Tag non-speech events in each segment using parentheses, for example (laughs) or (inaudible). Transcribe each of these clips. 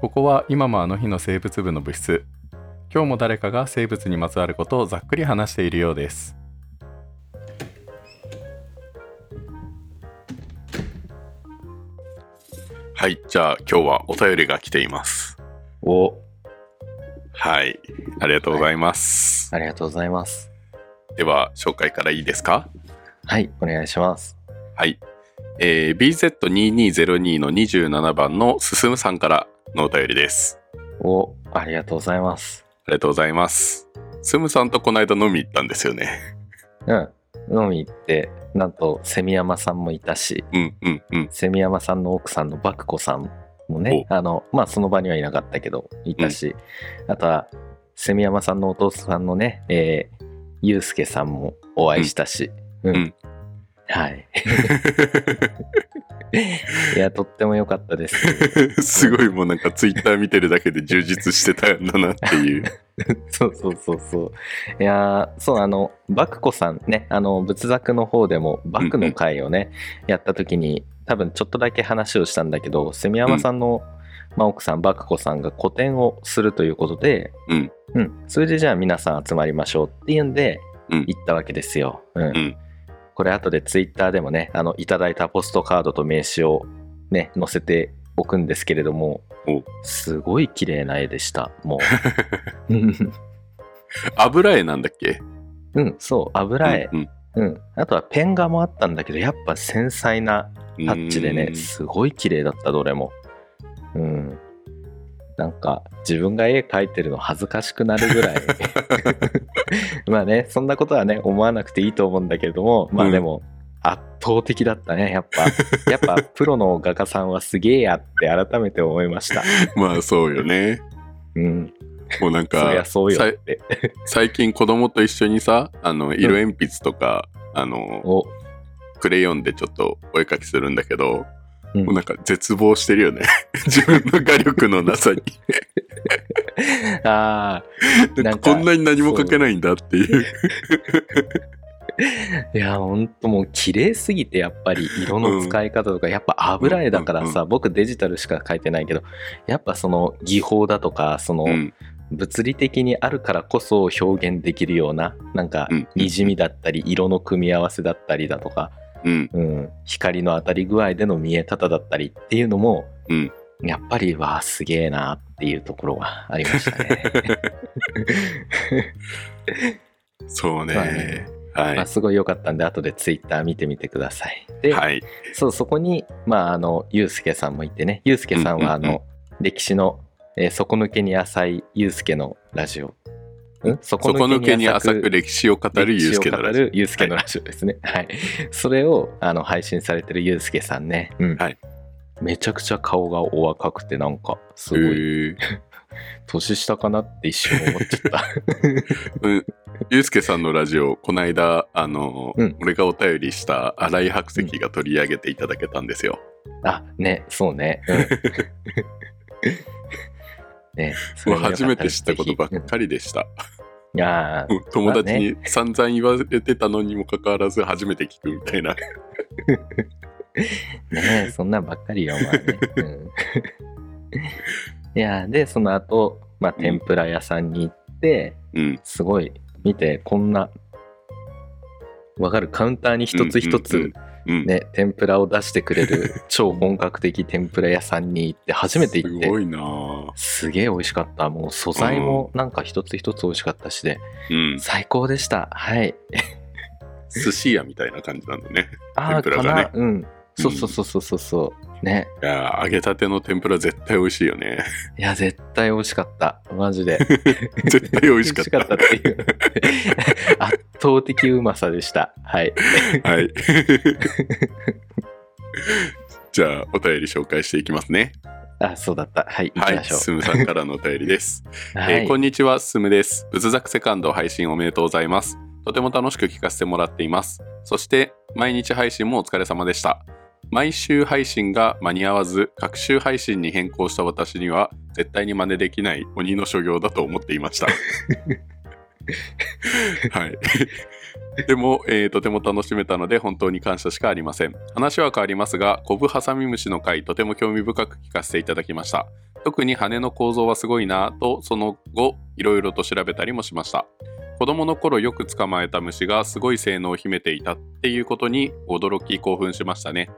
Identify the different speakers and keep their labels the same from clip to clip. Speaker 1: ここは今もあの日の生物部の部室今日も誰かが生物にまつわることをざっくり話しているようですはいじゃあ今日はお便りが来ています
Speaker 2: お、
Speaker 1: はいありがとうございます、
Speaker 2: ありがとうございます。
Speaker 1: では紹介からいいですか
Speaker 2: はい、お願いします。
Speaker 1: はい。えー、BZ2202 の27番のすすむさんからのお便りです。
Speaker 2: お、ありがとうございます。
Speaker 1: ありがとうございます。すむさんとこの間飲み行ったんですよね。
Speaker 2: うん。飲み行って、なんと、セミヤマさんもいたし、
Speaker 1: うんうんうん。 (laughs)
Speaker 2: セミヤマさんの奥さんのバクコさんもね、あの、まあ、その場にはいなかったけど、いたし、あとは、セミヤマさんのお父さんのね、えー、ユうスケさんもお会いしたし、うん。
Speaker 1: うん
Speaker 2: はい。いや、とっても良かったです。
Speaker 1: すごいもうなんかツイッター見てるだけで充実してたんだなって
Speaker 2: (laughs)
Speaker 1: いう。
Speaker 2: そうそうそうそう。いやーそうあのバクコさんねあの仏作の方でもバクの会をね、やった時に多分ちょっとだけ話をしたんだけど蝉山さんの、まあ、奥さんバクコさんが個展をするということで、
Speaker 1: うん
Speaker 2: うんそれでじゃあ皆さん集まりましょうっていうんで
Speaker 1: うん
Speaker 2: 行ったわけですよ。うん
Speaker 1: ん
Speaker 2: これ後でツイッターでもねあのいただいたポストカードと名刺をね載せておくんですけれども
Speaker 1: お
Speaker 2: すごい綺麗な絵でしたも
Speaker 1: (laughs)
Speaker 2: う。
Speaker 1: 油絵なんだっけ
Speaker 2: うん、そう、油絵。
Speaker 1: うん
Speaker 2: うん。あとはペン画もあったんだけど、やっぱ繊細な
Speaker 1: うん
Speaker 2: タッチで
Speaker 1: う
Speaker 2: ね、
Speaker 1: ん
Speaker 2: すごい綺麗だった、どれも。うん。なんか、自分が絵描いてるの恥ずかしくなる
Speaker 1: (laughs)
Speaker 2: ぐらい。まあね、そんなことはね、思わなくていいと思うんだけれども、ま
Speaker 1: う
Speaker 2: あ
Speaker 1: ん
Speaker 2: でも、圧倒的だったね、
Speaker 1: (laughs)
Speaker 2: やっぱ。やっぱ、プロの画家さんはすげえやって改めて思いました。
Speaker 1: (laughs) まあそうよね。
Speaker 2: うん。
Speaker 1: もうなんか
Speaker 2: そりゃそうよ
Speaker 1: さ
Speaker 2: っ
Speaker 1: い
Speaker 2: て。
Speaker 1: 最近子供と一緒にさ、あの、色鉛筆とか、あの、
Speaker 2: お、
Speaker 1: クレヨンでちょっとお絵描きするんだけど、
Speaker 2: うん
Speaker 1: もうなんか絶望してるよね。 (laughs) 自分の画力のなさに。
Speaker 2: あ
Speaker 1: な
Speaker 2: あ、なんん
Speaker 1: か
Speaker 2: か
Speaker 1: こんなに何も描けないんだっていう。
Speaker 2: いやほんともう綺麗すぎてやっぱり色の使い方とか、やっぱ油絵だからさ、僕デジタルしか描いてないけどやっぱその技法だとかその
Speaker 1: うん
Speaker 2: 物理的にあるからこそ表現できるようななんか
Speaker 1: うん
Speaker 2: にじみだったり色の組み合わせだったりだとか、
Speaker 1: うん
Speaker 2: うん、光の当たり具合での見え方だったりっていうのも、
Speaker 1: うん
Speaker 2: やっぱりわあすげえなっていうところはありました
Speaker 1: (laughs)
Speaker 2: ね。
Speaker 1: そう
Speaker 2: まあね
Speaker 1: ね。は
Speaker 2: まあ、
Speaker 1: い。
Speaker 2: すごい良かったんで後でツイッター見てみてください。で、
Speaker 1: はい。
Speaker 2: そう、そこに、まあ、あの、ゆうすけさんもいてね、ゆうすけさんは、あ
Speaker 1: うん
Speaker 2: の、
Speaker 1: うんうん
Speaker 2: 歴史の、えー底抜けに浅いゆうすけのラジオ。ん底
Speaker 1: 底抜けに浅く
Speaker 2: 歴
Speaker 1: 歴史を語るユー
Speaker 2: 史
Speaker 1: ス
Speaker 2: を
Speaker 1: ケ
Speaker 2: 語
Speaker 1: だらし
Speaker 2: るゆうすけのラジオですね。はい。それを、あの、配信されてるゆうすけさんね。うん。
Speaker 1: はい
Speaker 2: めちゃくちゃ顔がお若くて、なんか、す
Speaker 1: い。
Speaker 2: ごい、
Speaker 1: ユ
Speaker 2: 年下かなって一瞬思っちゃった。
Speaker 1: (laughs) ースケさんのラジオ、この間、あの、
Speaker 2: うん
Speaker 1: 俺がお便りした新井白石が取り上げていただけたんですよ。
Speaker 2: あ、ね、そうね。
Speaker 1: (laughs)
Speaker 2: うんね、そ
Speaker 1: も
Speaker 2: れ
Speaker 1: う
Speaker 2: もよから
Speaker 1: 初めて知ったことばっ
Speaker 2: ぜひ
Speaker 1: かりでした。
Speaker 2: うんああ、
Speaker 1: うん友達に散々言われてたのにもかかわらず初めて聞くみたいな。 (laughs)
Speaker 2: ねえそんなんばっかりよ、まあね。うん (laughs) いやー、で、その後、まあ、天ぷら屋さんに行って、
Speaker 1: うん。
Speaker 2: すごい、見て、こんな、わかる、カウンターに一つ一
Speaker 1: うんうん
Speaker 2: つ、
Speaker 1: うん。
Speaker 2: ね、天ぷらを出してくれ
Speaker 1: (laughs)
Speaker 2: る、超本格的天ぷら屋さんに行って、初めて行っ
Speaker 1: す
Speaker 2: て
Speaker 1: ご、いなぁ
Speaker 2: すげえ美味しかった。もう素材もなんか一つ一つ美味しかったしで、
Speaker 1: うん。
Speaker 2: 最高でした。はい。
Speaker 1: 寿司屋みたいな感じなんだね。
Speaker 2: あ
Speaker 1: 天
Speaker 2: あ、
Speaker 1: ぷら
Speaker 2: か
Speaker 1: がね
Speaker 2: な、うん。そうそうそうそうそうそう。ね。
Speaker 1: いやー揚げたての天ぷら絶対美味しいよ
Speaker 2: (laughs)
Speaker 1: ね。
Speaker 2: いや、絶対美味しかった。マジで。
Speaker 1: 絶対美味しかった。
Speaker 2: 美味しかったっていう。 (laughs) 圧倒的うまさでした。はい。
Speaker 1: はい。 (laughs) じゃあ、お便り紹介していきますね。
Speaker 2: あ、そうだった。はい、行
Speaker 1: は
Speaker 2: き
Speaker 1: い。
Speaker 2: ましょ
Speaker 1: すむさんからのお便りです。
Speaker 2: う。はい。
Speaker 1: えーこんにちは、すすむです。仏作セカンド配信おめでとうございます。とても楽しく聞かせてもらっています。そして、毎日配信もお疲れ様でした。毎週配信が間に合わず、各週配信に変更した私には、絶対に真似できない鬼の所業だと思っていま
Speaker 2: (laughs)
Speaker 1: した。はい。でも、えーとても楽しめたので本当に感謝しかありません。話は変わりますが、コブハサミムシの回、とても興味深く聞かせていただきました。特に羽の構造はすごいなとその後いろいろと調べたりもしました子供の頃よく捕まえた虫がすごい性能を秘めていたっていうことに驚き興奮しましたね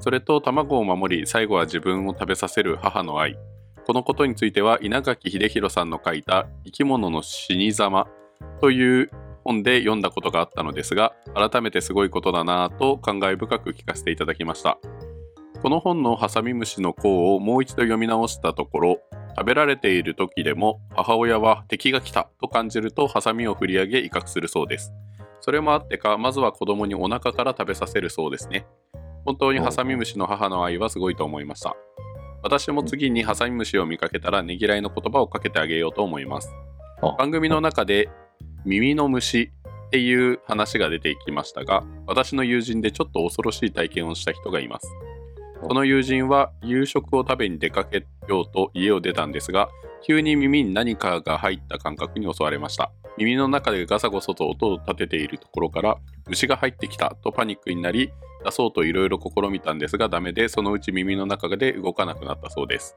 Speaker 1: それと卵を守り最後は自分を食べさせる母の愛このことについては稲垣秀弘さんの書いた「生き物の死に様」という本で読んだことがあったのですが改めてすごいことだなぁと感慨深く聞かせていただきましたこの本のハサミムシの項をもう一度読み直したところ食べられている時でも母親は敵が来たと感じるとハサミを振り上げ威嚇するそうですそれもあってかまずは子供にお腹から食べさせるそうですね本当にハサミムシの母の愛はすごいと思いました私も次にハサミムシを見かけたらねぎらいの言葉をかけてあげようと思います
Speaker 2: あ
Speaker 1: 番組の中で耳の虫っていう話が出てきましたが私の友人でちょっと恐ろしい体験をした人がいますその友人は夕食を食べに出かけようと家を出たんですが急に耳に何かが入った感覚に襲われました耳の中でガサゴソと音を立てているところから虫が入ってきたとパニックになり出そうといろいろ試みたんですがダメでそのうち耳の中で動かなくなったそうです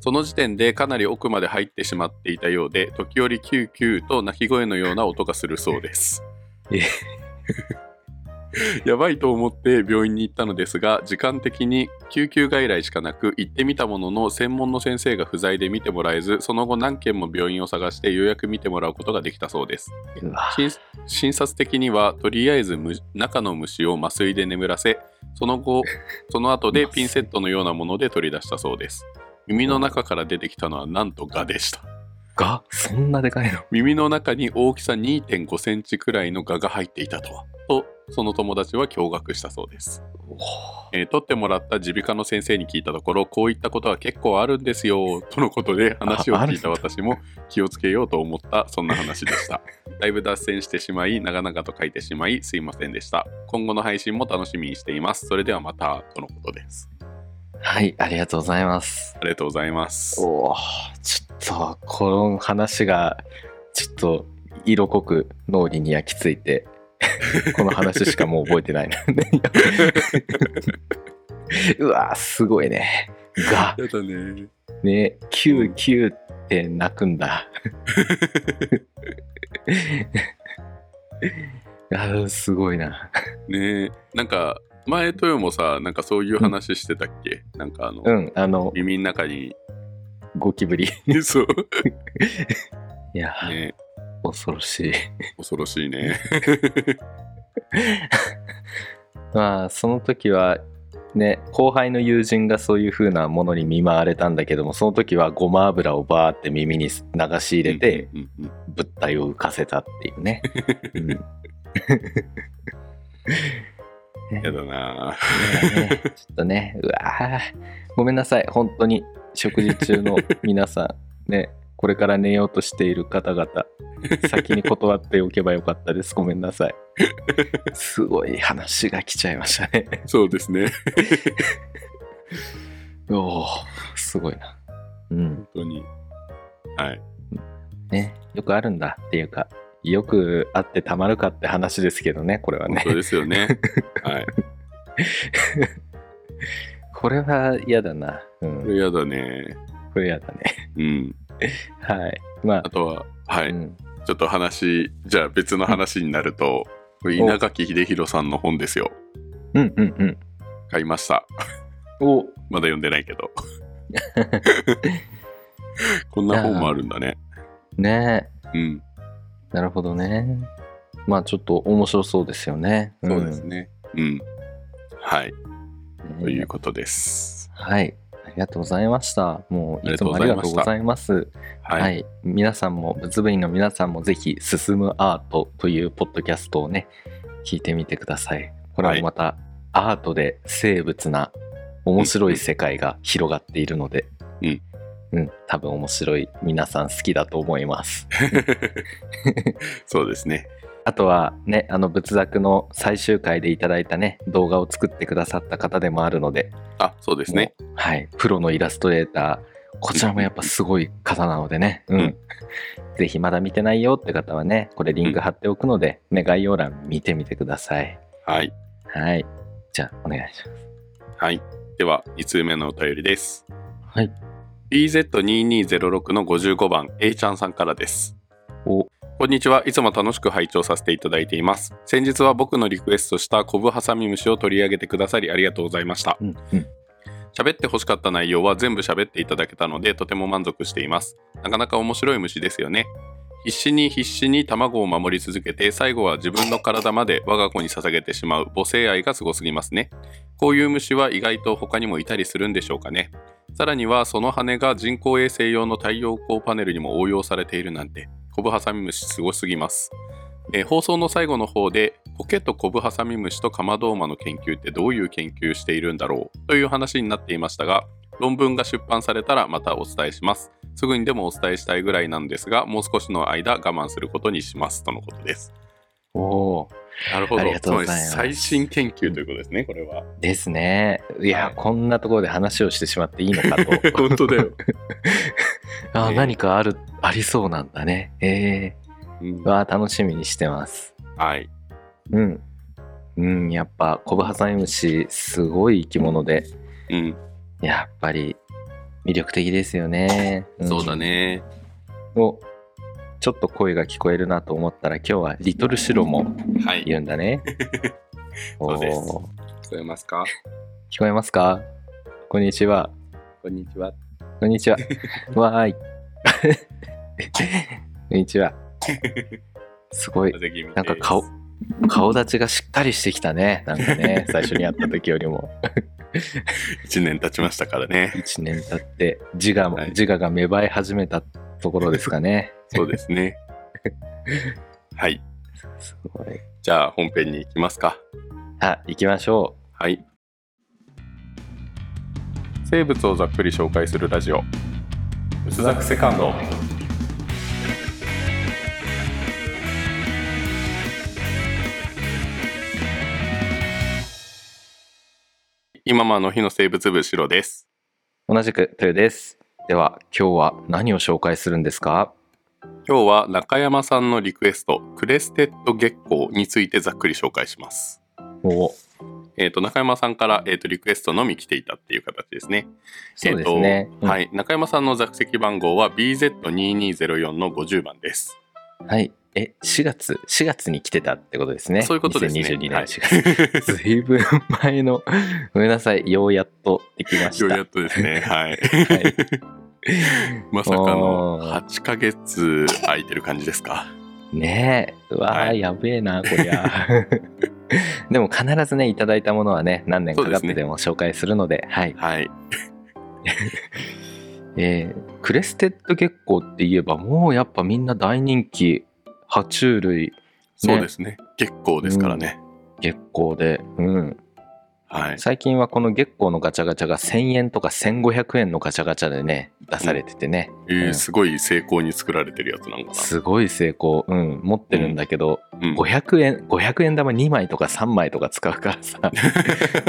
Speaker 1: その時点でかなり奥まで入ってしまっていたようで時折キューキューと鳴き声のような音がするそうです
Speaker 2: え
Speaker 1: (laughs) やばいと思って病院に行ったのですが時間的に救急外来しかなく行ってみたものの専門の先生が不在で見てもらえずその後何件も病院を探してようやく見てもらうことができたそうです
Speaker 2: うわ
Speaker 1: 診診察的にはとりあえずむ中の虫を麻酔で眠らせその
Speaker 2: (laughs)
Speaker 1: 後その後で
Speaker 2: 麻酔
Speaker 1: ピンセットのようなもので取り出したそうです耳の中から出てきたのはなんとガでした
Speaker 2: がそんなでかいの
Speaker 1: 耳の中に大きさ2.5センチくらいのガが入っていたとはとその友達は驚愕したそうです、えー取ってもらった耳鼻科の先生に聞いたところこういったことは結構あるんです
Speaker 2: (laughs)
Speaker 1: よとのことで話を
Speaker 2: あある
Speaker 1: 聞
Speaker 2: ん
Speaker 1: い
Speaker 2: だ
Speaker 1: た私も気をつけようと思ったそんな話でしただいぶ脱線してしまい長々と書いてしまいすいませんでした今後の配信も楽しみにしていますそれではまたとのことです
Speaker 2: はいありがとうございます
Speaker 1: ありがとうございます
Speaker 2: おおちょっとこの話がちょっと色濃く脳裏に焼き付いて (laughs) この話しかもう覚えてない (laughs) なうわすごいねが
Speaker 1: やだね
Speaker 2: ねキューキューって泣く
Speaker 1: (laughs)
Speaker 2: んだあーすごいな
Speaker 1: ねえなんか前豊もさなんかそういう話してたっけ、なんかあの、
Speaker 2: うんあの
Speaker 1: 耳の中
Speaker 2: (laughs)
Speaker 1: に
Speaker 2: ゴキブリ
Speaker 1: そう
Speaker 2: いや、
Speaker 1: ね
Speaker 2: 恐ろしい
Speaker 1: 恐ろしいね
Speaker 2: まあその時はね後輩の友人がそういう風なものに見舞われたんだけどもその時はごま油をバーって耳に流し入れて
Speaker 1: うんうんうん
Speaker 2: 物体を浮かせたっていうね、うんね
Speaker 1: やだな
Speaker 2: ちょっとねうわーごめんなさい本当に食事中の皆さんねこれから寝ようとしている方々先に断っておけばよかったですごめんなさいすごい話が来ちゃいましたね
Speaker 1: そうですね
Speaker 2: おおすごいなうん
Speaker 1: 本当にはい
Speaker 2: ねよくあるんだっていうかよくあってたまるかって話ですけどねこれは
Speaker 1: 本
Speaker 2: ね
Speaker 1: 当ですよ
Speaker 2: (laughs)
Speaker 1: ねはい
Speaker 2: これは嫌だなう
Speaker 1: こ
Speaker 2: ん
Speaker 1: れやだね
Speaker 2: これ嫌だね
Speaker 1: うん
Speaker 2: はいまあ
Speaker 1: あとははい、
Speaker 2: うん
Speaker 1: ちょっと話じゃあ別の話になるとこれ稲垣秀弘さんの本ですよ
Speaker 2: うんうんうん
Speaker 1: 買いました
Speaker 2: お
Speaker 1: まだ読んでないけ
Speaker 2: (laughs)
Speaker 1: どこんな本もあるんだね
Speaker 2: ね
Speaker 1: うん
Speaker 2: えなるほどねまあちょっと面白そうですよね
Speaker 1: そうですねうん、はい
Speaker 2: うん
Speaker 1: という
Speaker 2: ね
Speaker 1: ことです
Speaker 2: はいありがとうございましたもういつも
Speaker 1: あ
Speaker 2: あ
Speaker 1: り
Speaker 2: り
Speaker 1: が
Speaker 2: が
Speaker 1: と
Speaker 2: と
Speaker 1: う
Speaker 2: う
Speaker 1: ござ
Speaker 2: ございますはい、
Speaker 1: はい、
Speaker 2: 皆さんも仏部員の皆さんもぜひ「進むアート」というポッドキャストをね聞いてみてくださいこれ
Speaker 1: はい
Speaker 2: はまたアートで生物な面白い世界が広がっているので
Speaker 1: うん、
Speaker 2: うん、多分面白い皆さん好きだと思います
Speaker 1: (laughs) そうですね
Speaker 2: あとはねあの仏作の最終回でいただいたね動画を作ってくださった方でもあるので
Speaker 1: あそうですね
Speaker 2: もうはい、プロのイラストレーター、こちらもやっぱすごい方なのでね、うん。
Speaker 1: うん
Speaker 2: (laughs) ぜひまだ見てないよって方はね、これリンク貼っておくので、ね、概要欄見てみてください。
Speaker 1: はい
Speaker 2: はい。じゃあ、お願いします。
Speaker 1: はいでは2通目のお便りです
Speaker 2: はい。
Speaker 1: BZ2206 の55番 A ちゃんさんからです。
Speaker 2: お
Speaker 1: こんにちは。いつも楽しく拝聴させていただいています。先日は僕のリクエストしたコブハサミムシを取り上げてくださりありがとうございました。
Speaker 2: うんうん
Speaker 1: 喋って欲しかった内容は全部喋っていただけたのでとても満足しています。なかなか面白い虫ですよね。必死に必死に卵を守り続けて最後は自分の体まで我が子に捧げてしまう母性愛がすごすぎますね。こういう虫は意外と他にもいたりするんでしょうかね。さらにはその羽が人工衛星用の太陽光パネルにも応用されているなんて、コブハサミムシすごすぎます。えー放送の最後の方で苔とコブハサミムシとカマドウマの研究ってどういう研究しているんだろうという話になっていましたが論文が出版されたらまたお伝えしますすぐにでもお伝えしたいぐらいなんですがもう少しの間我慢することにしますとのことです
Speaker 2: おお
Speaker 1: なるほど
Speaker 2: ありがとうございます
Speaker 1: つまり最新研究ということですねこれは
Speaker 2: ーですねいや、
Speaker 1: はい
Speaker 2: こんなところで話をしてしまっていいのかと
Speaker 1: 本当だよ、
Speaker 2: あー
Speaker 1: ね
Speaker 2: 何かあるありそうなんだねえ
Speaker 1: うん
Speaker 2: (laughs) ー、わー楽しみにしてます
Speaker 1: はい
Speaker 2: うんうんやっぱコブハサミムシすごい生き物で
Speaker 1: うん、
Speaker 2: やっぱり魅力的ですよね、ん
Speaker 1: そうだね
Speaker 2: おちょっと声が聞こえるなと思ったら今日はリトルシロも
Speaker 1: はい
Speaker 2: 言うんだね
Speaker 1: (laughs) そうです
Speaker 2: おー
Speaker 1: 聞こえますか
Speaker 2: 聞こえますかこんにちは
Speaker 1: こんにちは
Speaker 2: こんにち
Speaker 1: (laughs)
Speaker 2: はわーいこんにち
Speaker 1: (laughs)
Speaker 2: はすごい
Speaker 1: 風邪気味です
Speaker 2: なんか顔顔立ちがしっかりしてきたねなんかね最初に会った時よりも
Speaker 1: 1年経ちましたからね
Speaker 2: 1年経って自我も、
Speaker 1: はい
Speaker 2: 自我が芽生え始めたところです
Speaker 1: (laughs)
Speaker 2: かね
Speaker 1: そうです
Speaker 2: (laughs)
Speaker 1: ねはい
Speaker 2: すごい
Speaker 1: じゃあ本編に行きますか。
Speaker 2: あ行きましょ
Speaker 1: はい。生物をざっくり紹介するラジオ。薄ザクセカンド。今まの日の生物部シロです。
Speaker 2: う同じく豊ですでは今日は何を紹介するんですか
Speaker 1: 今日は中山さんのリクエスト、クレステッド月光についてざっくり紹介します。
Speaker 2: お
Speaker 1: えー、と中山さんから、えー、とリクエストのみ来ていたっていう形ですね。
Speaker 2: そうですね
Speaker 1: えーとはい、中山さんの座席番号は BZ2204 の50番です。
Speaker 2: はいえ4月4月に来てたってことですね
Speaker 1: そういうことですね。
Speaker 2: 2022年
Speaker 1: はい
Speaker 2: 4月、
Speaker 1: (laughs)
Speaker 2: ずいぶん前のごめんなさいようやっとできまし
Speaker 1: よう
Speaker 2: た
Speaker 1: やっとです
Speaker 2: (laughs)
Speaker 1: ね。はい。 (laughs)
Speaker 2: はい
Speaker 1: まさかの
Speaker 2: おー
Speaker 1: 8ヶ月空いてる感じですか。
Speaker 2: ねえうわー、
Speaker 1: はい
Speaker 2: やべえなこりゃ (laughs) でも必ずねいただいたものはね何年かかってでも紹介するのではい、
Speaker 1: はい。
Speaker 2: えークレステッド月光って言えばもうやっぱみんな大人気爬虫類
Speaker 1: そうですね。月光ですからね。
Speaker 2: 月光で、うん、
Speaker 1: はい。
Speaker 2: 最近はこの月光のガチャガチャが1000円とか1500円のガチャガチャでね出されててね、
Speaker 1: えーすごい精巧に作られてるやつなのか
Speaker 2: すごい成功、うん、持ってるんだけど、
Speaker 1: な。うん
Speaker 2: 500円500円玉2枚とか3枚とか使うからさ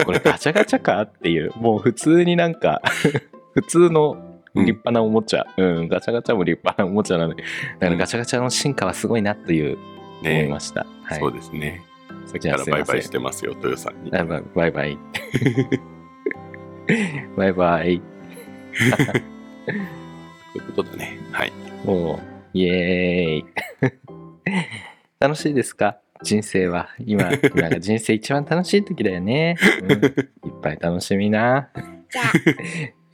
Speaker 2: これガチャガチャかっていうもう普通になんか (laughs) 普通の立派なおもちゃ、うんガチャガチャも立派なおもちゃなのでだからガチャガチャの進化はすごいなという
Speaker 1: (laughs)
Speaker 2: 思い
Speaker 1: ね
Speaker 2: ました、はい
Speaker 1: そうですね。さっき
Speaker 2: じゃ
Speaker 1: か
Speaker 2: あ
Speaker 1: ら
Speaker 2: すいま
Speaker 1: バ
Speaker 2: せ
Speaker 1: イ
Speaker 2: ん
Speaker 1: バイしてますよ、豊さんに。
Speaker 2: あまバイバ (laughs) イバイバイ
Speaker 1: ということだね。はい。
Speaker 2: もうイエーイ (laughs) 楽しいですか人生は今今が人生一番楽しい時だよね、うんいっぱい楽しみな
Speaker 3: じゃ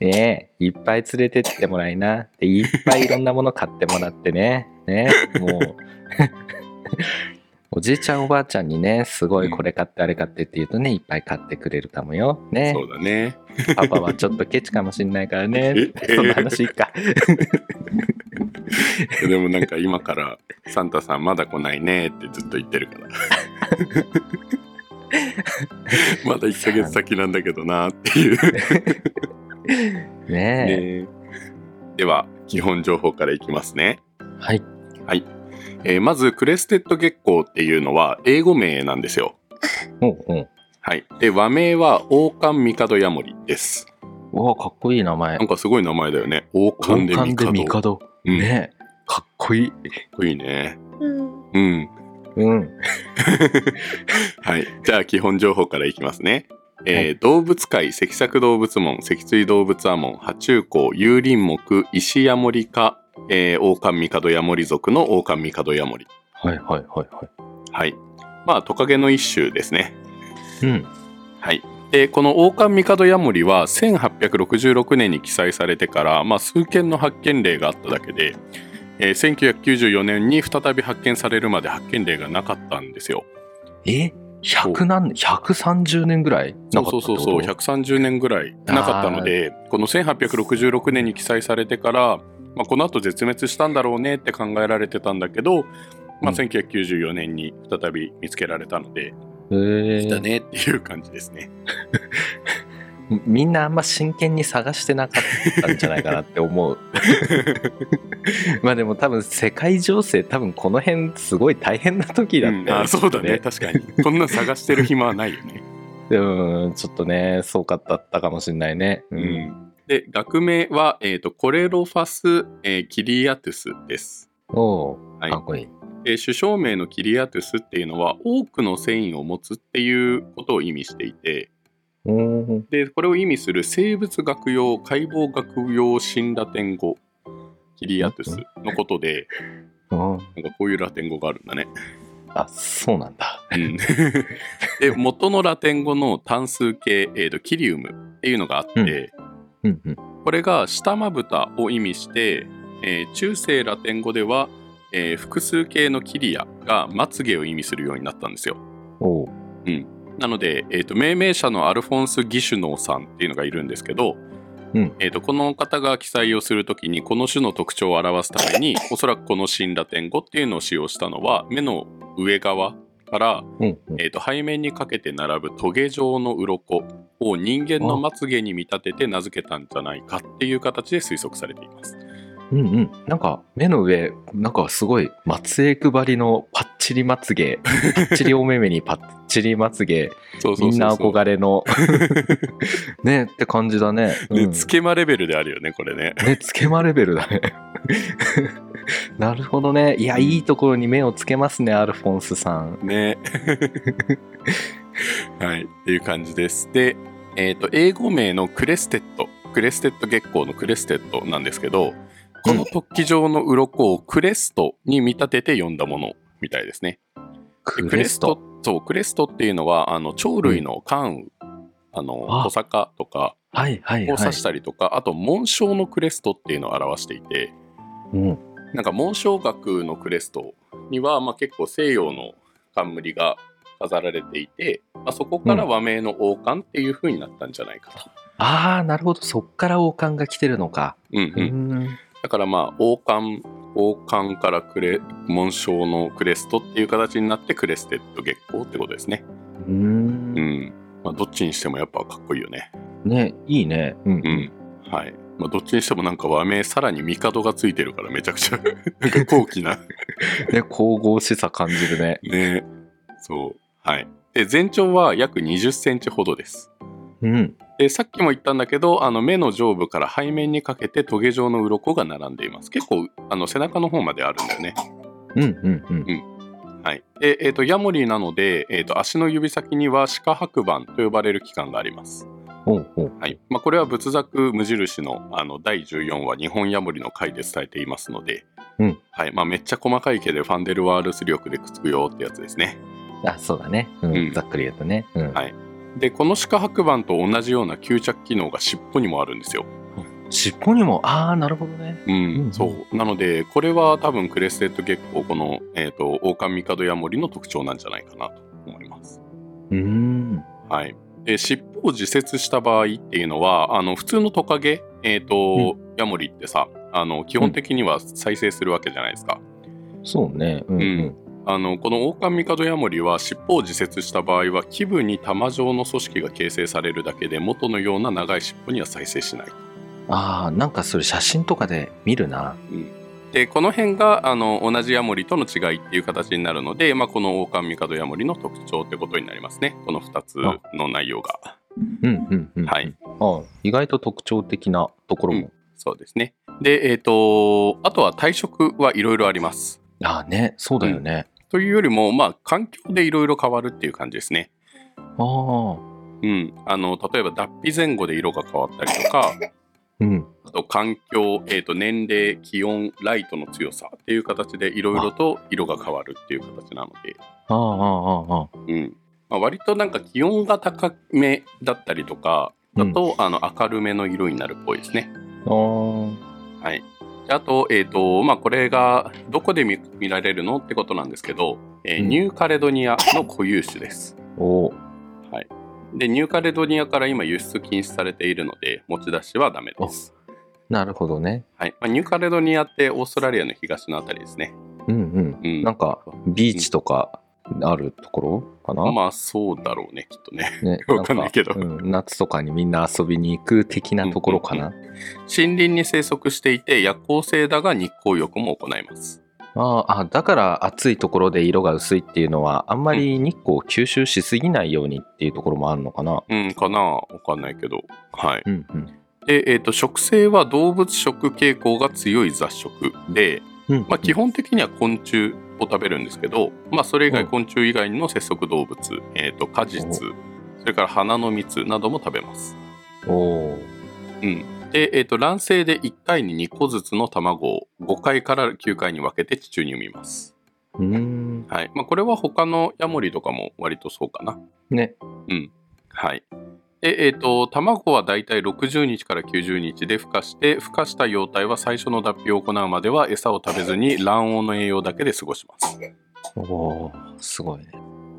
Speaker 2: ねえいっぱい連れてってもらいなでいっぱいいろんなもの買ってもらってねね
Speaker 1: (laughs)
Speaker 2: もうおじいちゃんおばあちゃんにねすごいこれ買ってあれ買ってって言うとねいっぱい買ってくれるかもよね
Speaker 1: (laughs) そうだね。
Speaker 2: パパはちょっとケチかもしんないからね
Speaker 1: え
Speaker 2: そんな話いいか
Speaker 1: でもなんか今から「サンタさんまだ来ないね」ってずっと言ってるからまだ1ヶ月先なんだけどなっていう
Speaker 2: ね
Speaker 1: ねでは基本情報からいきますね、
Speaker 2: えはい
Speaker 1: えーまずクレステッド月光っていうのは英語名なんですよ
Speaker 2: おうおう
Speaker 1: はいで和名は王冠帝ヤモリです
Speaker 2: うわかっこいい名前
Speaker 1: なんかすごい名前だよね王冠で帝う
Speaker 2: 王帝
Speaker 1: ん、か
Speaker 2: ねえかっこいい
Speaker 1: っこいいね
Speaker 3: あ、うん。
Speaker 1: うん
Speaker 2: うん
Speaker 1: はいじゃあ基本情報からいきますねえー動物界、脊索動物門、脊椎動物亜門、爬虫綱、幽林木、石ヤモリ科、えー、オオカンミカドヤモリ属のオオカンミカドヤモリ。
Speaker 2: はいはいはいは
Speaker 1: はい。まあ、トカゲの一種ですね。
Speaker 2: い。うん。
Speaker 1: はい。で、このオオカンミカドヤモリは、1866年に記載されてから、まあ、数件の発見例があっただけで、えー1994年に再び発見されるまで発見例がなかったんですよ。
Speaker 2: え100何130年ぐらい
Speaker 1: そ
Speaker 2: なか
Speaker 1: う
Speaker 2: った
Speaker 1: そうそうそう
Speaker 2: ってこ
Speaker 1: 130年ぐらいなかったのでこの1866年に記載されてから、まあ、この後絶滅したんだろうねって考えられてたんだけど、まあ、
Speaker 2: うん
Speaker 1: 1994年に再び見つけられたので、
Speaker 2: とへ
Speaker 1: 来た
Speaker 2: え、
Speaker 1: ねっていう感じですね。
Speaker 2: みみんなあんま真剣に探してなかったんじゃないかなって
Speaker 1: (laughs)
Speaker 2: 思うまあでも多分世界情勢多分この辺す (laughs) ごい大変な時だったよ
Speaker 1: うんあそうだね確かにこんな探してる暇はないよね。
Speaker 2: うんちょっとねそうかだったかもしれないねう、
Speaker 1: うんん、で学名は、えーとコレロファス、えーキリアトゥスです。
Speaker 2: おお、
Speaker 1: はい
Speaker 2: かっこいい
Speaker 1: えー、首相名のキリアトゥスっていうのは多くの繊維を持つっていうことを意味していて
Speaker 2: うん
Speaker 1: でこれを意味する生物学用解剖学用新ラテン語キリアトゥスのことで
Speaker 2: うん
Speaker 1: なんかこういうラテン語があるんだね。
Speaker 2: あそうなんだ
Speaker 1: うん (laughs) で元のラテン語の単数形、えーとキリウムっていうのがあって、
Speaker 2: うんうん
Speaker 1: これが下まぶたを意味して、えー中世ラテン語では、えー複数形のキリアがまつげを意味するようになったんですよ。
Speaker 2: おう
Speaker 1: なので、えーと命名者のアルフォンス・ギシュノーさんっていうのがいるんですけど、
Speaker 2: うん
Speaker 1: えーとこの方が記載をするときにこの種の特徴を表すため
Speaker 2: (laughs)
Speaker 1: におそらくこの新ラテン語っていうのを使用したのは目の上側から、
Speaker 2: うんうん
Speaker 1: えーと背面にかけて並ぶトゲ状の鱗を人間のまつげに見立てて名付けたんじゃないかっていう形で推測されています。
Speaker 2: うんうん、なんか目の上なんかすごい松江くばりのパッチリまつげパッチリお目目にパッチリまつげ
Speaker 1: そうそうそうそう
Speaker 2: みんな憧
Speaker 1: (laughs)
Speaker 2: れのねって感じだね、う
Speaker 1: ね
Speaker 2: ん
Speaker 1: つけまレベルであるよねこれね。
Speaker 2: ねつけまレベルだ
Speaker 1: (laughs)
Speaker 2: ねなるほどねいやいいところに目をつけますねアルフォンスさん
Speaker 1: ね。 (laughs) はい、っていう感じです。で、えっ、と、英語名のクレステッド、クレステッド月光のクレステッドなんですけど、この突起状の鱗をクレストに見立てて呼んだものみたいですね。で
Speaker 2: クレスト
Speaker 1: そう、クレストっていうのは、あの、鳥類の関羽、あの、
Speaker 2: あ
Speaker 1: トサカとか
Speaker 2: はいはい
Speaker 1: を
Speaker 2: は
Speaker 1: 指
Speaker 2: い
Speaker 1: したりとか、あと、紋章のクレストっていうのを表していて、
Speaker 2: うん
Speaker 1: なんか紋章学のクレストには、まあ、結構西洋の冠が飾られていて、まあ、そこから和名の王冠っていう風になったんじゃないかと。
Speaker 2: ああなるほどそっから王冠が来てるのか
Speaker 1: うん
Speaker 2: う
Speaker 1: うんんだからまあ王冠王冠からクレ紋章のクレストっていう形になってクレステッド月光ってことですね。
Speaker 2: うん
Speaker 1: うんまあ、どっちにしてもやっぱかっこいいよね。
Speaker 2: ねいいねうん、
Speaker 1: うんはいまあ、どっちにしてもなんか和名さらに帝がついてるからめちゃくちゃ (laughs) なんか高貴な
Speaker 2: ね神々しさ感じるね
Speaker 1: ねそう。はい。で、全長は約20センチほどです。
Speaker 2: うん
Speaker 1: で、さっきも言ったんだけど、あの、目の上部から背面にかけてトゲ状の鱗が並んでいます。結構、あの、背中の方まであるんだよね。
Speaker 2: うんうんうん
Speaker 1: はい。で、えっ、と、ヤモリなので、えっ、と、足の指先には鹿白板と呼ばれる器官があります。
Speaker 2: おうおう
Speaker 1: はい。まあ、これは仏作無印の、あの、第14話日本ヤモリの回で伝えていますので、
Speaker 2: うん
Speaker 1: はい。まあ、めっちゃ細かい毛でファンデルワールス力でくっつくよってやつですね。
Speaker 2: あそうだね、うん
Speaker 1: うん
Speaker 2: ざっくり言うとね、うん
Speaker 1: はいでこの鹿白板と同じような吸着機能が尻尾にもあるんですよ。
Speaker 2: 尻尾にもああなるほどね
Speaker 1: うん
Speaker 2: うん
Speaker 1: そうなのでこれは多分クレステッド月光この、えー、とオオカミカドヤモリの特徴なんじゃないかなと思います。
Speaker 2: うーん
Speaker 1: はい、で尻尾を自節した場合っていうのはあの普通のトカゲ、えーとヤモリってさあの基本的には再生するわけじゃないですか。
Speaker 2: そうねうんうん
Speaker 1: あのこのオオカミカドヤモリは尻尾を自節した場合は基部に玉状の組織が形成されるだけで元のような長い尻尾には再生しない。
Speaker 2: ああなんかそれ写真とかで見るな
Speaker 1: でこの辺があの同じヤモリとの違いっていう形になるので、まあ、このオオカミカドヤモリの特徴ってことになりますねこの2つの内容が
Speaker 2: うんうんうん
Speaker 1: はい
Speaker 2: ああ意外と特徴的なところも、
Speaker 1: そうですねでえっ、とあとは体色はいろいろあります
Speaker 2: ああねそうだよね、
Speaker 1: というよりもまあ環境でいろいろ変わるっていう感じですね
Speaker 2: ああ
Speaker 1: うん、あの例えば脱皮前後で色が変わったりと
Speaker 2: (laughs)
Speaker 1: か
Speaker 2: うん。
Speaker 1: あと環境、えー、と年齢気温ライトの強さっていう形でいろいろと色が変わるっていう形なので、
Speaker 2: ああ、ああ、ああ。
Speaker 1: うんまあ、割となんか気温が高めだったりとかだと、あの明るめの色になるっぽいですね。
Speaker 2: あー
Speaker 1: はい、であと,、えーとまあ、これがどこで見見られるのってことなんですけど、えー
Speaker 2: うん
Speaker 1: ニューカレドニアの固有種です。
Speaker 2: お
Speaker 1: でニューカレドニアから今輸出禁止されているので持ち出しはダメです。
Speaker 2: なるほどね。
Speaker 1: はいまあ、ニューカレドニアってオーストラリアの東のあたりですね。
Speaker 2: うん
Speaker 1: う
Speaker 2: うんん。なんか、ビーチとかあるところかな、
Speaker 1: まあそうだろうねきっとね。
Speaker 2: ね、
Speaker 1: わかんないけど
Speaker 2: んかうん夏とかにみんな遊びに行く的なところかな。
Speaker 1: う森林に生息していて夜行性だが日光浴も行います。
Speaker 2: あーあ、だから暑いところで色が薄いっていうのは、あんまり日光を吸収しすぎないようにっていうところもあるのかな。
Speaker 1: うんかなわかんないけど。はい、
Speaker 2: うんうん。
Speaker 1: で、えー、と食性は動物食傾向が強い雑食で、
Speaker 2: うん
Speaker 1: まあ、基本的には昆虫を食べるんですけど、まあ、それ以外
Speaker 2: うん
Speaker 1: 昆虫以外の節足動物、えー、と果実
Speaker 2: お
Speaker 1: それから花の蜜なども食べます。
Speaker 2: おー
Speaker 1: で、えー、と卵生で1回に2個ずつの卵を5回から9回に分けて地中に産みます。
Speaker 2: うーん。
Speaker 1: はいまあ、これは他のヤモリとかも割とそうかな。
Speaker 2: ね。
Speaker 1: はい。で、えっ、と、卵はだいたい60日から90日で孵化して、孵化した幼体は最初の脱皮を行うまでは餌を食べずに卵黄の栄養だけで過ごします。
Speaker 2: おーすごいね。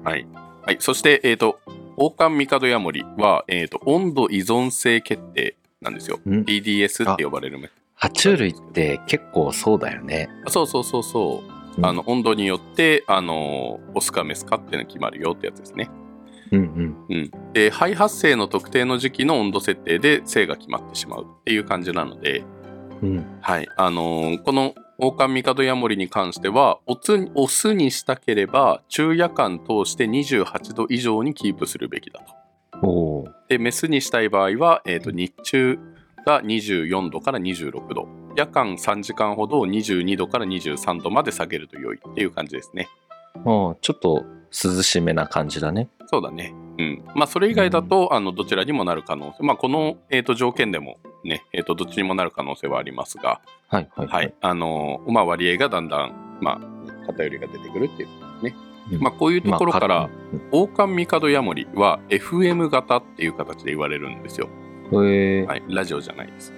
Speaker 1: はい。はい。そして、えっ、と、王冠ミカドヤモリは、えっ、と、温度依存性決定なんですよ。
Speaker 2: うん
Speaker 1: PDS って呼ばれるめ。
Speaker 2: 爬虫類って結構そうだよね。
Speaker 1: あそうそうそうそう。あの、温度によって、あの、オスかメスかっていうの決まるよってやつですね。
Speaker 2: うんうん。
Speaker 1: で、肺発生の特定の時期の温度設定で性が決まってしまうっていう感じなので、
Speaker 2: うん。
Speaker 1: はい、あのーこの王冠帝ヤモリに関してはオスオスにしたければ昼夜間通して28度以上にキープするべきだと。
Speaker 2: おー
Speaker 1: でメスにしたい場合は、えーと日中が24度から26度夜間3時間ほどを22度から23度まで下げると良いっていう感じですね。
Speaker 2: あーちょっと涼しめな感じだね。
Speaker 1: そうだね。うん。まあ、それ以外だと、あの、どちらにもなる可能性。まあ、この、えっ、と、条件でも、ね、えっ、と、どっちにもなる可能性はありますが、
Speaker 2: はいはい
Speaker 1: はい。。あのーまあ、割合がだんだん、まあ、偏りが出てくるっていうことですね。
Speaker 2: うん
Speaker 1: まあ、こういうところから、
Speaker 2: まあ
Speaker 1: 王冠ミカドヤモリは FM 型っていう形で言われるんですよ。
Speaker 2: うんえー
Speaker 1: はい。ラジオじゃないです。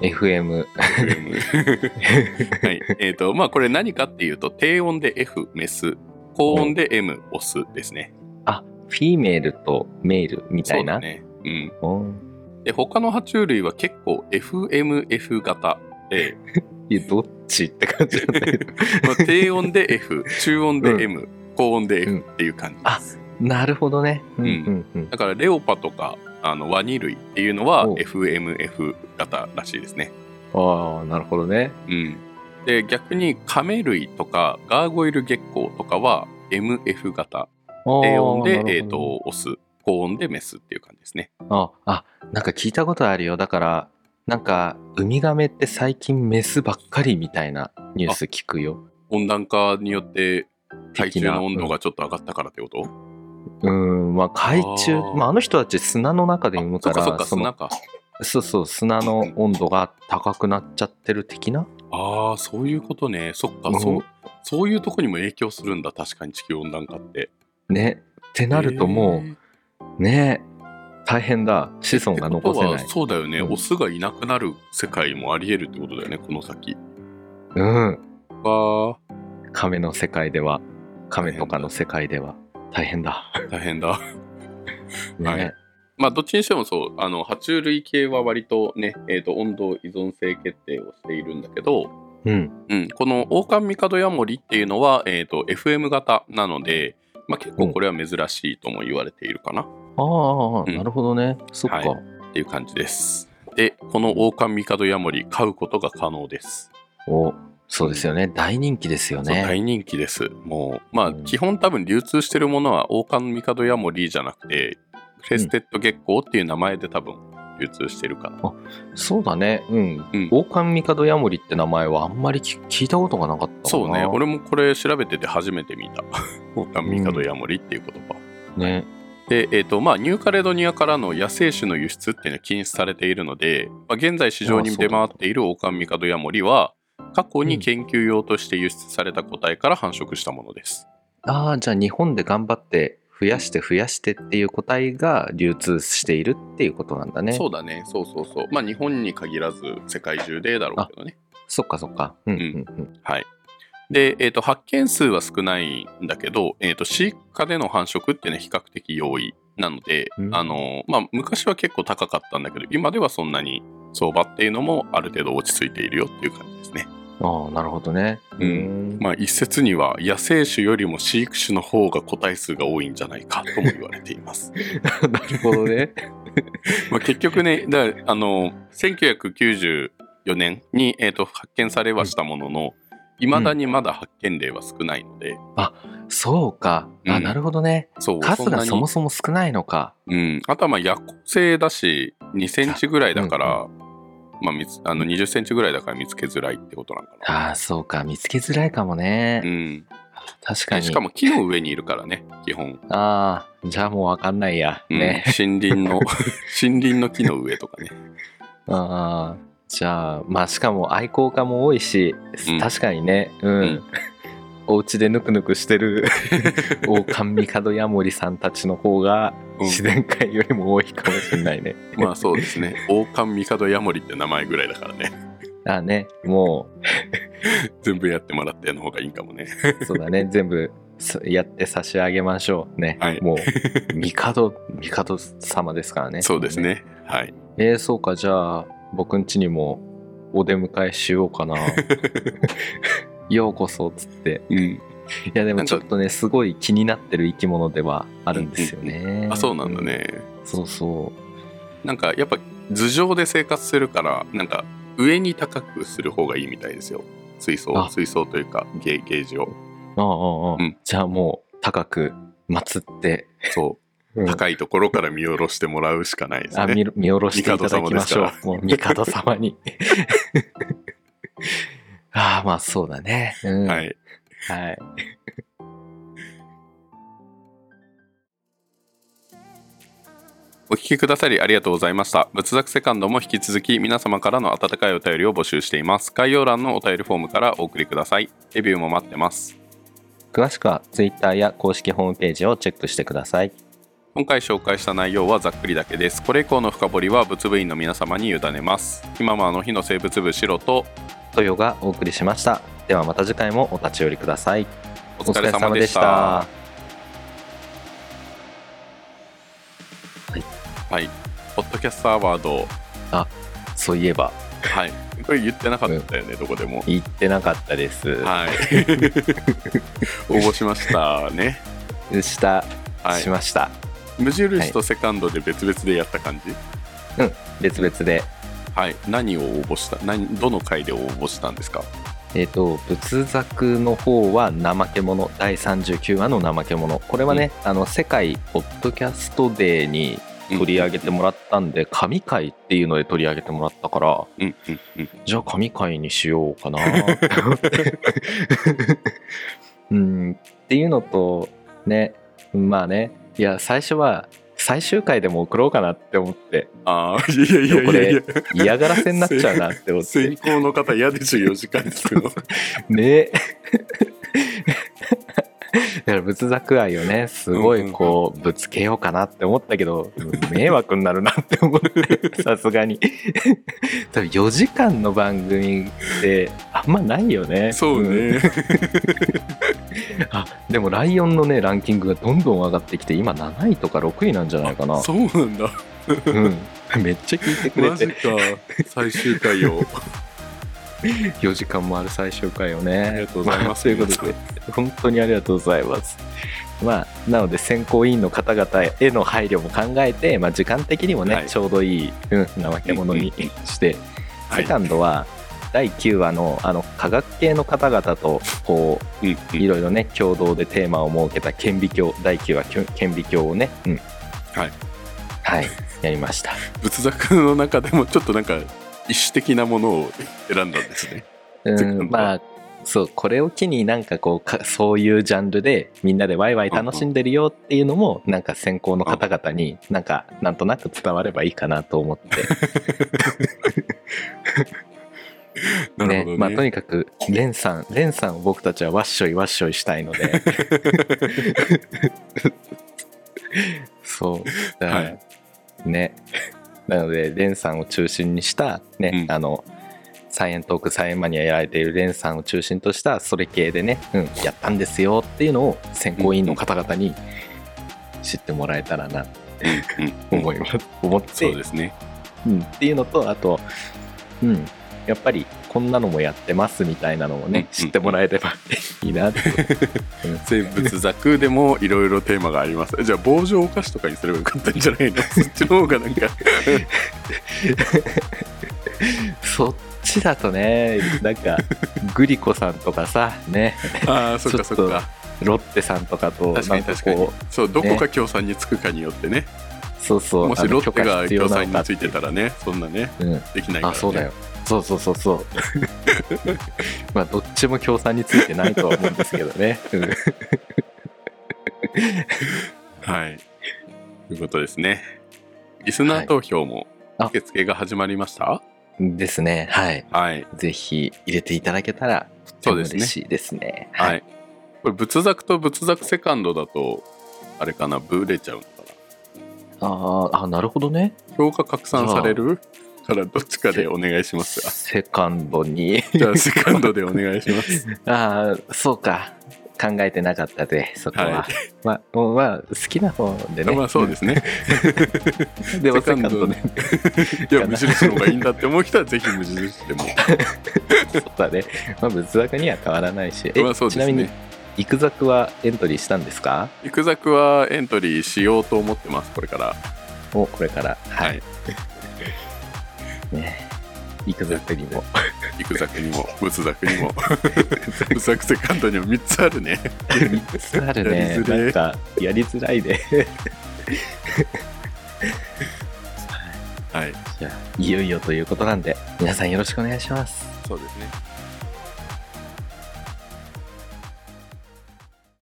Speaker 2: FM。 (laughs)
Speaker 1: FM。はい。えっ、と、まあ、これ何かっていうと、低音で F、メス、高音で M、オスですね。
Speaker 2: あ、フィメールとメールみた
Speaker 1: そ
Speaker 2: いう
Speaker 1: だ
Speaker 2: な。
Speaker 1: ね。うん。
Speaker 2: うん
Speaker 1: で他の爬虫類は結構 FMF 型で、
Speaker 2: いやどっちって感じなんだけ
Speaker 1: ま
Speaker 2: ど。
Speaker 1: あ、低音で F 中音で
Speaker 2: うん
Speaker 1: M、高音で
Speaker 2: う
Speaker 1: F
Speaker 2: ん
Speaker 1: っていう感じです、
Speaker 2: なるほどね。うんうんうん。
Speaker 1: だからレオパとかあのワニ類っていうのは
Speaker 2: おう
Speaker 1: FMF 型らしいですね、
Speaker 2: ああ、なるほどね。
Speaker 1: うん、で逆にカメ類とかガーゴイル月光とかは MF 型低音で、えー、とオス高音でメスっていう感じですね
Speaker 2: ああ、なんか聞いたことあるよ。だから、なんか、ウミガメって最近メスばっかりみたいなニュース聞くよ。
Speaker 1: 温暖化によって海中
Speaker 2: 的な
Speaker 1: の温度がちょっと上がったからってこと、
Speaker 2: うん、まあ、海中
Speaker 1: あー、
Speaker 2: まあ、あの人たち砂の中で産む
Speaker 1: そ
Speaker 2: か、
Speaker 1: っからそっか
Speaker 2: その
Speaker 1: 砂か
Speaker 2: そうそう、砂の温度が高くなっちゃってる的な
Speaker 1: ああそういうことねそっか、
Speaker 2: うん
Speaker 1: そうそういうとこにも影響するんだ確かに地球温暖化って
Speaker 2: ね。ってなるとも
Speaker 1: えー
Speaker 2: う、ね大変だ。子孫が残せ
Speaker 1: っ
Speaker 2: な
Speaker 1: て
Speaker 2: い
Speaker 1: ことは。そうだよね、
Speaker 2: うん
Speaker 1: オスがいなくなる世界もありえるってことだよねこの先
Speaker 2: うん。
Speaker 1: わ
Speaker 2: 亀の世界では亀とかの世界では大
Speaker 1: (laughs)
Speaker 2: 変だ。
Speaker 1: ー大変だ
Speaker 2: ね、
Speaker 1: はいまあどっちにしてもそうあの爬虫類系は割とね、えー、と温度依存性決定をしているんだけど、
Speaker 2: うん。
Speaker 1: うん、このオオカンミカドヤモリっていうのは、えー、と FM 型なので、まあ、結構これは珍しいとも言われているかな、
Speaker 2: ああ、
Speaker 1: うん
Speaker 2: なるほどね。そっか。
Speaker 1: はいっていう感じですでこのオオカンミカドヤモリ飼うことが可能です
Speaker 2: おそうですよね。大人気ですよ
Speaker 1: そう
Speaker 2: ね。
Speaker 1: 大人気です。もう、まあ、
Speaker 2: うん
Speaker 1: 基本多分流通してるものは、王冠帝ヤモリじゃなくて、クレステッド月光っていう名前で多分流通してるかな。
Speaker 2: そうだね。うん。
Speaker 1: うん
Speaker 2: 王冠帝ヤモリって名前はあんまり聞聞いたことがなかった
Speaker 1: そうね、
Speaker 2: 俺
Speaker 1: (laughs) 俺もこれ調べてて初めて見た。王冠帝ヤモリっていう言葉。
Speaker 2: ね。
Speaker 1: で、えーとまあ、ニューカレドニアからの野生種の輸出っていうのは禁止されているので、まあ、現在市場
Speaker 2: ああ
Speaker 1: に
Speaker 2: そうな
Speaker 1: 出
Speaker 2: んだ
Speaker 1: 回っているオオカンミカドヤモリは過去に研究用として輸出された個体から繁殖したものです。
Speaker 2: ああじゃあ日本で頑張って増やして増やしてっていう個体が流通しているっていうことなんだね
Speaker 1: そうだね、そうそうそう。まあ日本に限らず世界中でだろうけどね。
Speaker 2: そっかそっかうんうんうん
Speaker 1: はい。で、えーと、発見数は少ないんだけど、えーと、飼育下での繁殖っていうのは比較的容易なので、
Speaker 2: うん
Speaker 1: あの、まあ、昔は結構高かったんだけど、今ではそんなに相場っていうのもある程度落ち着いているよっていう感じですね。
Speaker 2: ああなるほどね
Speaker 1: うん
Speaker 2: ん
Speaker 1: まあ、一説には野生種よりも飼育種の方が個体数が多いんじゃないかとも言われています。
Speaker 2: (laughs) なるほ
Speaker 1: (laughs)
Speaker 2: どね
Speaker 1: まあ結局
Speaker 2: (laughs)
Speaker 1: ね、だからあの1994年に、えー、と発見されはしたものの、いまだにまだ発見例は少ないので、
Speaker 2: そうかあ、
Speaker 1: うん
Speaker 2: なるほどね
Speaker 1: そう
Speaker 2: 数がそも
Speaker 1: そ
Speaker 2: そも少ないのか
Speaker 1: んなに、うん、あとはまあ夜行性だし2センチぐらいだから、まあ、見つあの20センチぐらいだから見つけづらいってことなのかな。
Speaker 2: ああそうか見つけづらいかもね、
Speaker 1: うん、
Speaker 2: 確か
Speaker 1: で
Speaker 2: に
Speaker 1: しかも木の上にいるからね基本、
Speaker 2: ああじゃあもうわかんないや、
Speaker 1: うん
Speaker 2: ね (laughs)
Speaker 1: 森林の森林の木の上とかね
Speaker 2: ああじゃあまあしかも愛好家も多いし、
Speaker 1: うん
Speaker 2: 確かにねうん、
Speaker 1: うん
Speaker 2: (laughs) お家でぬくぬくし
Speaker 1: (laughs)
Speaker 2: てるオオカンミカドヤモリさんたちの方が
Speaker 1: うん
Speaker 2: 自然界よりも多いかもしれないね、
Speaker 1: まあそうですね王冠帝ヤモリって名前ぐらいだからね
Speaker 2: ああねも
Speaker 1: 全部やってもらっての方がいいかもね
Speaker 2: うそう
Speaker 1: (laughs)
Speaker 2: だね全部そやって差し上げましょうね、
Speaker 1: はい
Speaker 2: もうミカドミカド様ですからね
Speaker 1: そうですね。はい。
Speaker 2: えー、そうかじゃあ僕ん家にもお出迎えしよう
Speaker 1: (laughs)
Speaker 2: かなようこそっつって
Speaker 1: うん。
Speaker 2: いやで
Speaker 1: な
Speaker 2: も
Speaker 1: ん
Speaker 2: ち
Speaker 1: か
Speaker 2: ょっとねすごい気になってる生き物ではあるんですよね、
Speaker 1: あ、そうなんだね。
Speaker 2: そうそう
Speaker 1: なんかやっぱ頭上で生活するから、なんか上に高くする方がいいみたいですよ。水槽、
Speaker 2: あ
Speaker 1: 水槽というかゲゲージを。
Speaker 2: ああ
Speaker 1: う
Speaker 2: ああ、
Speaker 1: ん
Speaker 2: じゃあもう高く祀って、
Speaker 1: そうう。
Speaker 2: (laughs) ん
Speaker 1: 高いところから見下ろしてもらうしかないです
Speaker 2: あ
Speaker 1: ね。
Speaker 2: 見見下ろしていただきましょ
Speaker 1: 帝様です
Speaker 2: うもう帝様に (laughs) ああまあそうだねうん
Speaker 1: はい。
Speaker 2: はい
Speaker 1: お聞きくださりありがとうございました。仏作セカンドも引き続き皆様からの温かいお便りを募集しています。概要欄のお便りフォームからお送りください。レビューも待ってます。
Speaker 2: 詳しくは Twitter や公式ホームページをチェックしてください
Speaker 1: 今回紹介した内容はざっくりだけです。これ以降の深掘りは仏部員の皆様に委ねます。今もあの日の生物部白と
Speaker 2: トヨがお送りしましたではまた次回もお立ち寄りください
Speaker 1: お疲れ様でした。はい。ポッドキャストアワード、
Speaker 2: そういえば
Speaker 1: はい。これ言ってなかったよ (laughs) ね、どこでも。
Speaker 2: 言ってなかったです、
Speaker 1: はい。 (laughs) 応募しましたね。
Speaker 2: した、
Speaker 1: は
Speaker 2: し
Speaker 1: い。
Speaker 2: ました
Speaker 1: 無印とセカンドで別々でやった感じ
Speaker 2: 別々で
Speaker 1: はい。何を応募した何どの回で応募したんですか
Speaker 2: えっ、と仏作の方は怠け者第39話の怠け者これはね、あの世界ポッドキャストデーに取り上げてもらったんで、神回っていうので取り上げてもらったから
Speaker 1: うんうんうん。
Speaker 2: じゃあ神回にしようかなって思ってうんっていうのとねまあねいや最初は最終回でも送ろうかなって思って
Speaker 1: ああ、いやいやいやいやいや、
Speaker 2: 嫌がらせになっちゃうなって思って
Speaker 1: (laughs) 先行の方嫌で14時間 (laughs) 聞くの。
Speaker 2: ね (laughs) だから仏作愛をねすごいこうぶつけようかなって思ったけど迷惑になるなって思って (laughs) さすがに多分4時間の番組ってあんまないよね
Speaker 1: そうね。
Speaker 2: うんあでも「ライオン」のねランキングがどんどん上がってきて今7位とか6位なんじゃないかな
Speaker 1: そうなんだ。 (laughs)
Speaker 2: うん、めっちゃ聞いてくれ
Speaker 1: マジ
Speaker 2: て
Speaker 1: か。最終回を。
Speaker 2: 4時間もある最終回をね
Speaker 1: ありがとうございます
Speaker 2: あということで本当にありがとうございますまあなので選考委員の方々への配慮も考えて、まあ、時間的にもね、
Speaker 1: はい
Speaker 2: ちょうどいい、うん、怠け者にして、
Speaker 1: は
Speaker 2: セカンド (laughs) は第9話のあの科学系の方々とこう
Speaker 1: うんうん
Speaker 2: いろいろね共同でテーマを設けた顕微鏡第9話きょ顕微鏡をね、うん、
Speaker 1: はい
Speaker 2: はいやり
Speaker 1: (laughs)
Speaker 2: ました
Speaker 1: 仏作の (laughs) 中でもちょっとなんか、一種的なものを選んだんですね。
Speaker 2: う
Speaker 1: セカンド
Speaker 2: ん、
Speaker 1: は
Speaker 2: まあそうこれを機になんかこうかそういうジャンルでみんなでワイワイ楽しんでるよっていうのもなんか先行の方々になんかなんとなく伝わればいいかなと思って
Speaker 1: なるほどね。
Speaker 2: まあ、とにかくレンさんレンさんを僕たちはわっしょいわっしょいしたい
Speaker 1: (laughs)
Speaker 2: のでそうだから、
Speaker 1: はい
Speaker 2: ねなのでレンさんを中心にした
Speaker 1: う
Speaker 2: ね、
Speaker 1: ん
Speaker 2: あのサイエントークサイエンマニアやられているレンさんを中心としたそれ系でね、うん、やったんですよっていうのを選考委員の方々に知ってもらえたらな
Speaker 1: うん
Speaker 2: 思います、思って
Speaker 1: そうですね。
Speaker 2: うん、っていうのとあと、うん、やっぱりこんなのもやってますみたいなのもね、
Speaker 1: うん
Speaker 2: 知ってもらえればいいなって、うん
Speaker 1: 生物学でもいろいろテーマがあります。じゃあ棒状お菓子とかにすればよかったんじゃないの？ (laughs) そっちの方が
Speaker 2: (laughs)
Speaker 1: なんか
Speaker 2: そっちだとねなんかグリコさんとかさね
Speaker 1: ああそっか
Speaker 2: ち
Speaker 1: そ
Speaker 2: ょ
Speaker 1: っ
Speaker 2: っと
Speaker 1: か。
Speaker 2: ロッテさんとかと
Speaker 1: 確かに
Speaker 2: なん
Speaker 1: 確かに
Speaker 2: こう
Speaker 1: そうどこか協賛につくかによってね。
Speaker 2: そうそう
Speaker 1: も
Speaker 2: あ
Speaker 1: し
Speaker 2: の
Speaker 1: ロッテが
Speaker 2: 許可必要
Speaker 1: 協
Speaker 2: な
Speaker 1: 賛
Speaker 2: の
Speaker 1: に
Speaker 2: か
Speaker 1: ついてたらね、そんなね
Speaker 2: うん、
Speaker 1: できないから、
Speaker 2: あ
Speaker 1: ね。
Speaker 2: そうだよ。そうそうそうそう (laughs) まあどっちも協賛についてないとは思うんですけどね、うん
Speaker 1: はい。ということですね。リスナー投票も
Speaker 2: はいあ
Speaker 1: 受付が始まりました。
Speaker 2: ですねはい
Speaker 1: はい。
Speaker 2: ぜひ入れていただけたら
Speaker 1: そ
Speaker 2: と
Speaker 1: う
Speaker 2: ても
Speaker 1: ですね
Speaker 2: 嬉しいですね
Speaker 1: はい。これ仏作と仏作セカンドだとあれかなブレちゃうのかな。
Speaker 2: あーあ、なるほどね。
Speaker 1: 評価拡散されるからどっちかでお願いし
Speaker 2: (laughs)
Speaker 1: ますわ
Speaker 2: セカンドに。
Speaker 1: じゃあセカンドでお願いします
Speaker 2: (laughs) ああ、そうか。考えてなかったで、そこは。
Speaker 1: はい
Speaker 2: まあ、もうまあ、好きな方でね。
Speaker 1: まあそうですね
Speaker 2: うん。 (laughs) でも、
Speaker 1: セ
Speaker 2: セカ
Speaker 1: カ
Speaker 2: ン
Speaker 1: ンド
Speaker 2: ドね。
Speaker 1: いや無印の方がいいんだって思う人はぜひ無印でも
Speaker 2: そうだね。まあ、仏作には変わらないし。え
Speaker 1: まあそう
Speaker 2: ち
Speaker 1: で
Speaker 2: な
Speaker 1: す
Speaker 2: みに
Speaker 1: ね、
Speaker 2: 幾作はエントリーしたんですか
Speaker 1: イクザクはエントリーしようと思ってますこれから
Speaker 2: を、これから。は
Speaker 1: はい
Speaker 2: い。 (laughs) ね。幾作にも。
Speaker 1: イクザクにもブツザクにもブツザクセカンドにも3つあるね
Speaker 2: 3つある
Speaker 1: や
Speaker 2: ね。
Speaker 1: りづれ
Speaker 2: なんか、やりづらい (laughs) ね。
Speaker 1: はい
Speaker 2: じゃあ、いよいよということなんで、皆さんよろしくお願いします。
Speaker 1: そうですね